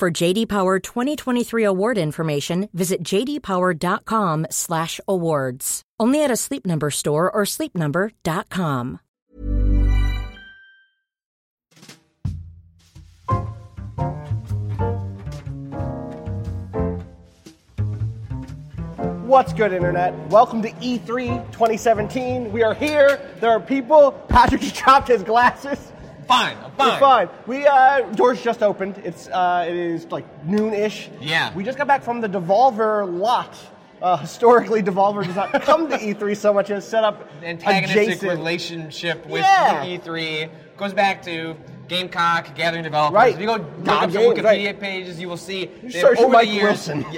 For JD Power 2023 award information, visit jdpower.com/awards. Only at a Sleep Number store or sleepnumber.com. What's good, Internet? Welcome to E E3 2017. We are here. There are people. Patrick just dropped his glasses. Fine, I'm fine. It's fine. We uh, doors just opened. It's uh, it is like noon-ish. Yeah. We just got back from the Devolver lot. Uh, historically, Devolver does not come to E3 so much as set up Antagonistic adjacent. relationship with Yeah. the E3 goes back to Gamecock, Gathering Developers. Right. If you go look God, up some games, Wikipedia right. pages, you will see that search over Mike the years. Wilson.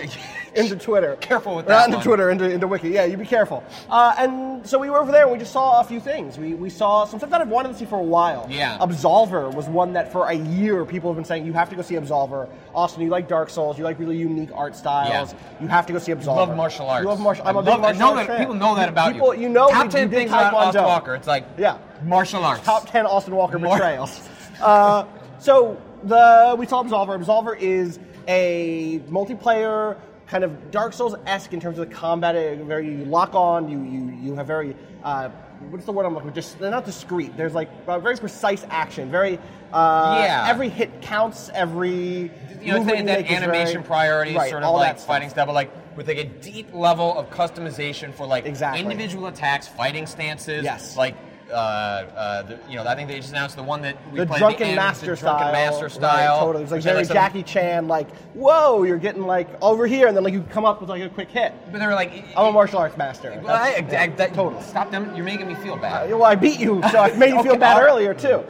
Yeah, into Twitter. Careful with Or that Not into one. Twitter, into, into Wiki. Yeah, you be careful. Uh, and so we were over there and we just saw a few things. We, we saw some stuff that I've wanted to see for a while. Yeah. Absolver was one that for a year people have been saying, you have to go see Absolver. Austin, you like Dark Souls, you like really unique art styles. Yeah. You have to go see Absolver. love martial arts. You love martial I'm a I big love- I martial know arts that- fan. People know that about people, you. You know Top we- ten you did things about Austin Taekwondo. Walker. It's like Yeah. martial arts. Top ten Austin Walker More- betrayals. uh, so the we saw Absolver. Absolver is a multiplayer kind of Dark Souls esque in terms of the combat. uh, Very you lock on. You you you have very uh, what's the word I'm looking for? Just they're not discreet. There's like uh, very precise action. Very uh, Yeah. Every hit counts. Every you know, it's movement that, you that make is animation very- priority, right, sort of all like that stuff. fighting stuff, but like with like a deep level of customization for like Exactly. individual attacks, fighting stances. Yes. Like, uh, uh, the, you know, I think they just announced the one that we the played. drunken end, master the style. drunken master Right, style. totally. It was like which had, very some- Jackie Chan, like, whoa, you're getting like over here, and then like you come up with like a quick hit. But they were like, I'm a martial arts master. Well, I, I, That's- yeah, that, Oh, totally. Stop them. You're making me feel Uh, bad. Well, I beat you, so I made you feel Okay, bad all right. earlier too.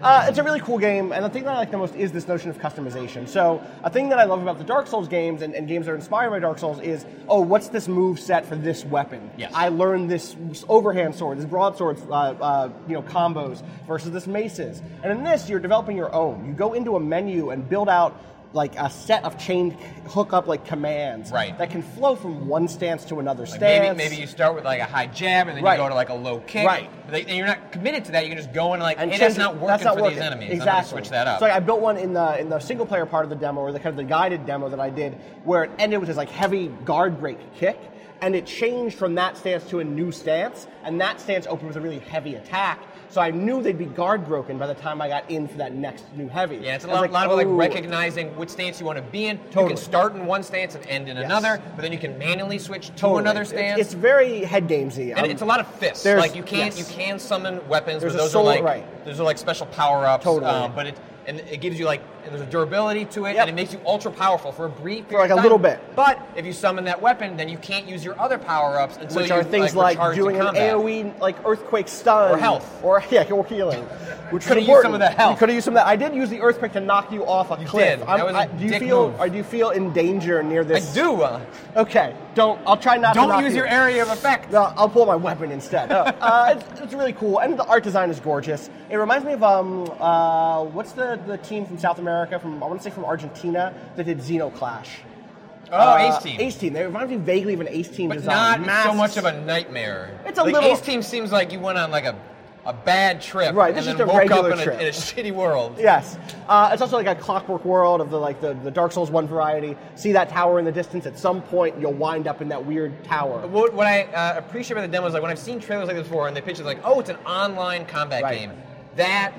Uh, it's a really cool game, and the thing that I like the most is this notion of customization. So, a thing that I love about the Dark Souls games and, and games that are inspired by Dark Souls is, oh, what's this move set for this weapon? Yes. I learned this overhand sword, this broadsword, uh, uh, you know, combos versus this maces. And in this, you're developing your own. You go into a menu and build out like a set of chained hookup like commands Right. that can flow from one stance to another Like maybe, stance. maybe you start with like a high jab and then Right. you go to like a low kick. Right. But they- and you're not committed to that. You can just go and like, and hey, change that's it- not working not for working. these enemies. I'm Exactly. gonna switch that up. So like, I built one in the in the single player part of the demo, or the kind of the guided demo that I did, where it ended with this like heavy guard break kick, and it changed from that stance to a new stance, and that stance opened with a really heavy attack. So I knew they'd be guard broken by the time I got in for that next new heavy. Yeah, it's a I was lot, lot about like "Ooh." recognizing which stance you want to be in. You Totally. can start in one stance and end in Yes. another, but then you can manually switch to Totally. another It's- stance. It's, very head gamesy. and Um, it's a lot of fists. there's- Like you can't yes. you can summon weapons, There's a but those soul- are like right. those are like special power ups. Totally. but it and it gives you like and there's a durability to it, Yep. and it makes you ultra powerful for a brief For, like, period of a time. little bit. But if you summon that weapon, then you can't use your other power ups until which you, are things like, recharge in doing an combat. AOE like earthquake stun Or health. or yeah, or healing. Which Coulda is used important. some of that health. You could have used some of that. I did use the earthquake to knock you off a You cliff. did. I'm- That was a I- do you dick feel? move. Or do you feel in danger near I this? do. uh, Okay, don't. I'll try not. to don't knock use you. your area of effect. No, I'll pull my weapon instead. No, uh, it's, it's really cool, and the art design is gorgeous. It reminds me of um, uh, what's the, the team from South America? From I want to say from Argentina that did Xenoclash. Oh, Uh, Ace Team. Ace Team. They remind me vaguely of an Ace Team But design. not so Masks. much of a nightmare. It's a like, little- Ace Team seems like you went on like a, a bad trip, Right, this And is then just a woke up regular in a, trip. in a shitty world. Yes, uh, it's also like a Clockwork World of the like the, the Dark Souls one variety. See that tower in the distance. At some point, you'll wind up in that weird tower. What, what I uh, appreciate about the demo is like when I've seen trailers like this before, and they pitch it like, oh, it's an online combat Right. game. That,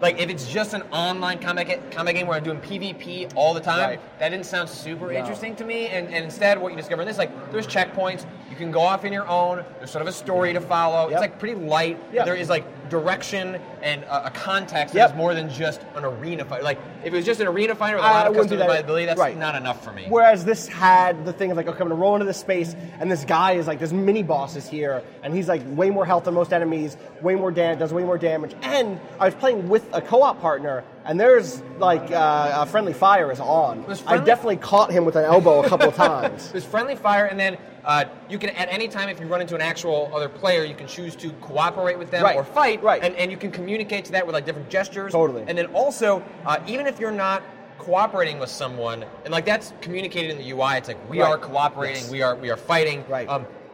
like, if it's just an online combat ga- combat game where I'm doing PvP all the time, Right. that didn't sound super interesting to me. And, and instead, what you discover in this, like, there's checkpoints. You can go off in your own. There's sort of a story to follow. Yep. It's like pretty light. Yeah. There is like direction and a, a context Yep. that's more than just an arena fight. Like if it was just an arena fighter with a I- lot I of wouldn't do that. customizability, that's Right. not enough for me. Whereas this had the thing of like, okay, I'm gonna roll into this space, and this guy is like, there's mini bosses here, and he's like way more health than most enemies, way more damage, does way more damage. And I was playing with a co-op partner, and there's like uh, a friendly fire is on. Was I friendly- definitely caught him with an elbow a couple of times. There's friendly fire, and then uh, you can at any time, if you run into an actual other player, you can choose to cooperate with them Right, or fight, right. And, and you can communicate to that with like different gestures, Totally. And then also, uh, even if you're not cooperating with someone, and like that's communicated in the UI, it's like we Right. are cooperating, Yes. we are we are fighting, Um, Right.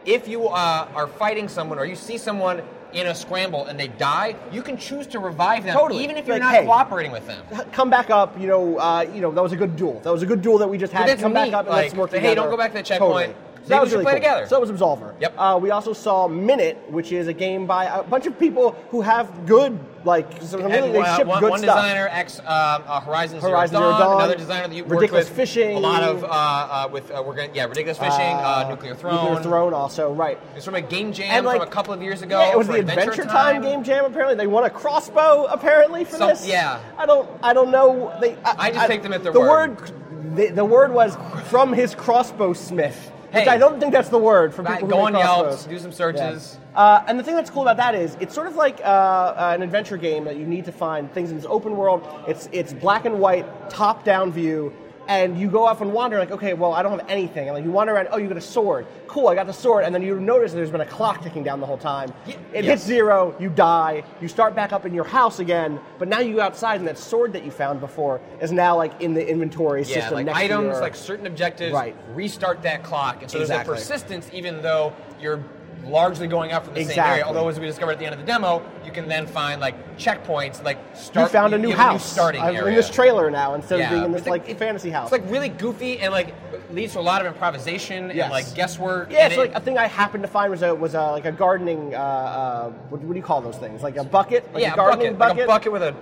if you uh, are fighting someone or you see someone in a scramble and they die, you can choose to revive them, Totally. even if you're Like, not hey. cooperating with them. Come back up, you know. Uh, you know that was a good duel. That was a good duel that we just had. that's Come neat, back up and let's like, work say, together. hey, don't go back to the checkpoint. So Maybe that we was should really play cool. together. So that was Absolver. Yep. Uh, we also saw Minute, which is a game by a bunch of people who have good like. So And really, they one, ship one- good one stuff. designer, ex um, uh, Horizon, Zero, Horizon Zero Dawn, Dawn, another designer that you worked Ridiculous with, Fishing. a lot of uh, uh, with uh, we're gonna yeah, ridiculous fishing, uh, nuclear throne, Nuclear Throne also right. It's from a game jam And, like, from a couple of years ago. Yeah, it was for the Adventure Time. game jam. Apparently, they won a crossbow. Apparently for Some- this. yeah. I don't. I don't know. They. I just take them at their the word. word. The, the word was from his crossbow smith. Which Hey. I don't think that's the word for Right, people who go make on Yelp, crossbows. do some searches. Yeah. Uh, and the thing that's cool about that is it's sort of like uh, uh, an adventure game that you need to find things in this open world. It's it's black and white, top down view, and you go off and wander like, okay, well, I don't have anything. And like you wander around, oh, you got a sword. Cool, I got the sword. And then you notice there's been a clock ticking down the whole time. Ye- It yes. hits zero, you die. You start back up in your house again, but now you go outside, and that sword that you found before is now like in the inventory Yeah, system like next to items, your- like certain objectives, Right. restart that clock, and so Exactly. there's a persistence, even though you're largely going out from the same Exactly. area. Although, as we discovered at the end of the demo, you can then find like checkpoints, like you start. found a new you have house starting I'm area. in this trailer now instead of being in but this it's like it- fantasy house. It's like really goofy and like leads to a lot of improvisation Yes. and like guesswork. Yeah, and so it- like a thing I happened to find was a was a, like a gardening. Uh, uh, what, what do you call those things? Like a bucket? Like yeah, a a gardening bucket, like a bucket with a.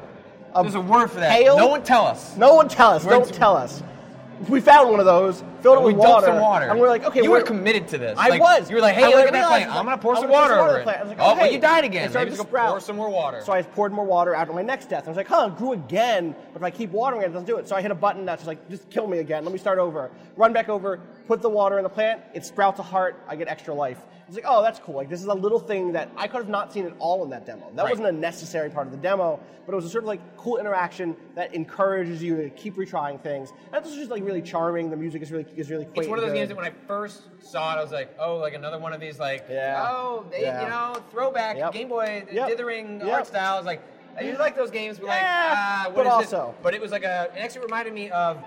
there's a word for that. pail? No one tell us. No one tell us. We're- don't tell us. We found one of those, filled it we with dumped water, some water, and we're like, okay, you we're were committed to this. I Like, was. You were like, hey, And when look I at that realized, plant. like, I'm gonna I pour some wanna water pour over the it. plant. I was like, oh, oh, well, hey. you died It again. started Maybe to just sprout. pour some more water. So I poured more water after my next death. I was like, huh, it grew again, but if I keep watering it, it doesn't do it. So I hit a button that's just like, just kill me again. Let me start over. Run back over, put the water in the plant, it sprouts a heart, I get extra life. It's like, oh, that's cool. Like, this is a little thing that I could have not seen at all in that demo. That Right. wasn't a necessary part of the demo, but it was a sort of like cool interaction that encourages you to keep retrying things. And it's just like really charming. The music is really is really quaint. it's one of and those good. games that when I first saw it, I was like, oh, like another one of these, like, Yeah. oh, they, Yeah. you know, throwback, Yep. Game Boy, Yep. dithering Yep. art styles. Like, I do like those games, but like, Yeah, ah, but what is this? also- But it was like a, it actually reminded me of, uh,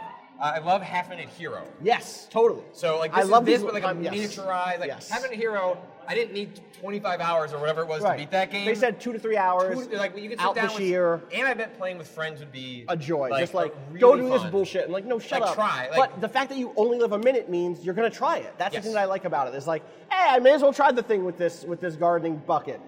I love Half Minute Hero. Yes, totally. So like I this love is these this, but like little- a um, yes. miniaturized, like Yes. having a hero. I didn't need 25 hours or whatever it was Right. to beat that game. They said two to three Two- hours. like you could sit out down this with, year. and I bet playing with friends would be a joy. just like really go do this fun. bullshit and like no shut Like, up. try, like- but the fact that you only live a minute means you're gonna try it. That's Yes. the thing that I like about it. It's like, hey, I may as well try the thing with this with this gardening bucket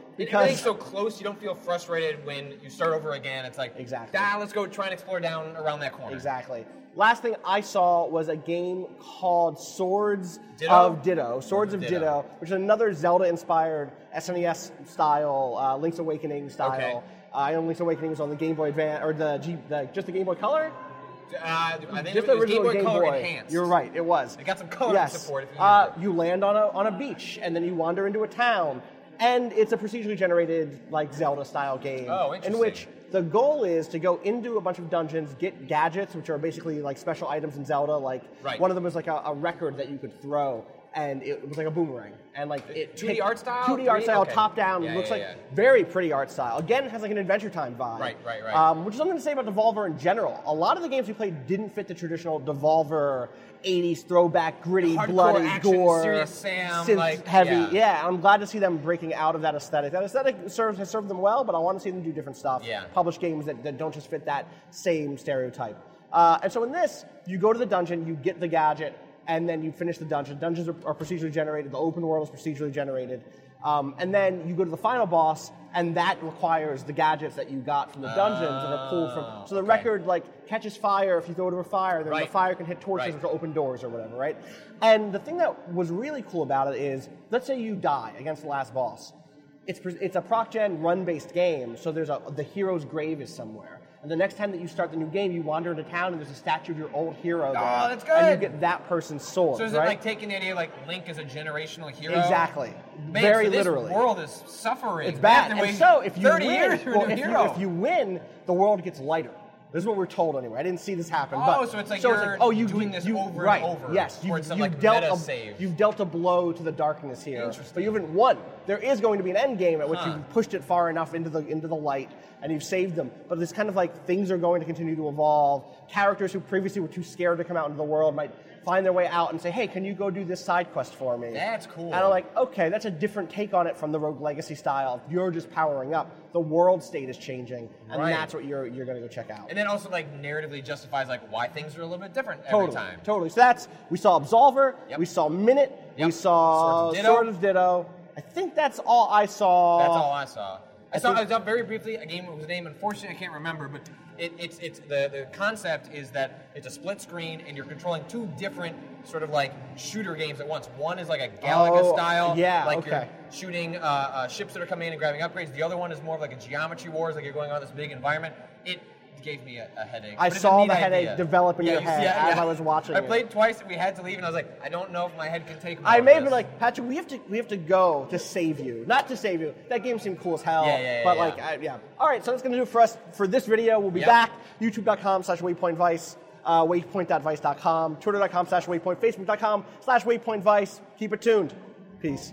because Everything's so close, you don't feel frustrated when you start over again. It's like Exactly. "Ah, let's go try and explore down around that corner. exactly. Last thing I saw was a game called Swords Ditto? of Ditto, Swords of Ditto. Ditto, which is another Zelda-inspired SNES style, uh, Link's Awakening style. Okay. Uh, I know Link's Awakening was on the Game Boy Advance or the, G, the just the Game Boy Color. Uh, I think just it the was original Game Boy Color enhanced. You're right. It was. It got some coloring yes. support if you uh, needed you land on a on a beach and then you wander into a town, and it's a procedurally generated like Zelda style game. Oh, In interesting. which the goal is to go into a bunch of dungeons, get gadgets, which are basically like special items in Zelda. Like Right. one of them was like a, a record that you could throw. And it was like a boomerang, and like it 2D picked- Uh, art style? 2D art 3D? style, Okay. top down. Yeah, looks yeah, like yeah. very pretty art style. Again, it has like an Adventure Time vibe. Right, right, right. Um, which is something to say about Devolver in general. A lot of the games we played didn't fit the traditional Devolver 80s throwback, gritty, Hardcore bloody, action, gore, serious Sam, synth like, heavy. yeah. I'm glad to see them breaking out of that aesthetic. That aesthetic serves, has served them well, but I want to see them do different stuff. Yeah. Publish games that, that don't just fit that same stereotype. Uh, and so in this, you go to the dungeon, you get the gadget, and then you finish the dungeon. Dungeons are, are procedurally generated, the open world is procedurally generated. Um, and then you go to the final boss, and that requires the gadgets that you got from the dungeons that are pulled from. So the Oh, okay. record like catches fire if you throw it over fire, then the Right. fire can hit torches, Right. which will open doors or whatever, right? And the thing that was really cool about it is, let's say you die against the last boss. it's pres- it's a proc gen run based game, so there's a the hero's grave is somewhere. And the next time that you start the new game, you wander into town and there's a statue of your old hero. there, that's And you good. get that person's sword. So is right? it like taking the idea like Link is a generational hero? Exactly. Man, Very so this literally. world is suffering. It's bad. We And have to wait so if you 30 win, years for a well, new if, hero. You, if you win, the world gets lighter. This is what we're told anyway. I didn't see this happen. Oh, but, so it's like you're doing this over and right, over, Yes, or you, it's some, you like, dealt meta a, save. You've dealt a blow to the darkness here, Interesting. but you haven't won. There is going to be an end game at which Huh. you've pushed it far enough into the into the light, and you've saved them. But it's kind of like things are going to continue to evolve. Characters who previously were too scared to come out into the world might find their way out and say, "Hey, can you go do this side quest for me?" That's cool. And I'm like, okay, that's a different take on it from the Rogue Legacy style. You're just powering up. The world state is changing, and Right. that's what you're you're gonna go check out. and then also like narratively justifies like why things are a little bit different totally, every time. totally. So that's we saw Absolver, Yep. we saw Minute, we Yep. saw Swords of Ditto. Sword of Ditto. I think that's all I saw. That's all I saw. I saw. think- I saw very briefly a game whose name, unfortunately, I can't remember. But it, it's it's the, the concept is that it's a split screen and you're controlling two different sort of like shooter games at once. One is like a Galaga Oh, style, yeah, like okay. you're shooting uh, uh, ships that are coming in and grabbing upgrades. The other one is more of like a Geometry Wars, like you're going on this big environment. It gave me a, a headache. I but it's a saw neat the headache idea. develop in Yeah, your you- head yeah, as yeah. I was watching I it. played twice and we had to leave, and I was like, I don't know if my head can take. more I of may be this. like, Patrick, we have to we have to go to save you. Not to save you. That game seemed cool as hell. Yeah, yeah, yeah, but yeah. like I, yeah. Alright, so that's gonna do it for us for this video. We'll be Yep. back. YouTube.com slash waypointvice, uh, waypoint.vice.com, twitter.com slash waypoint, facebook.com slash waypointvice. Keep it tuned. Peace.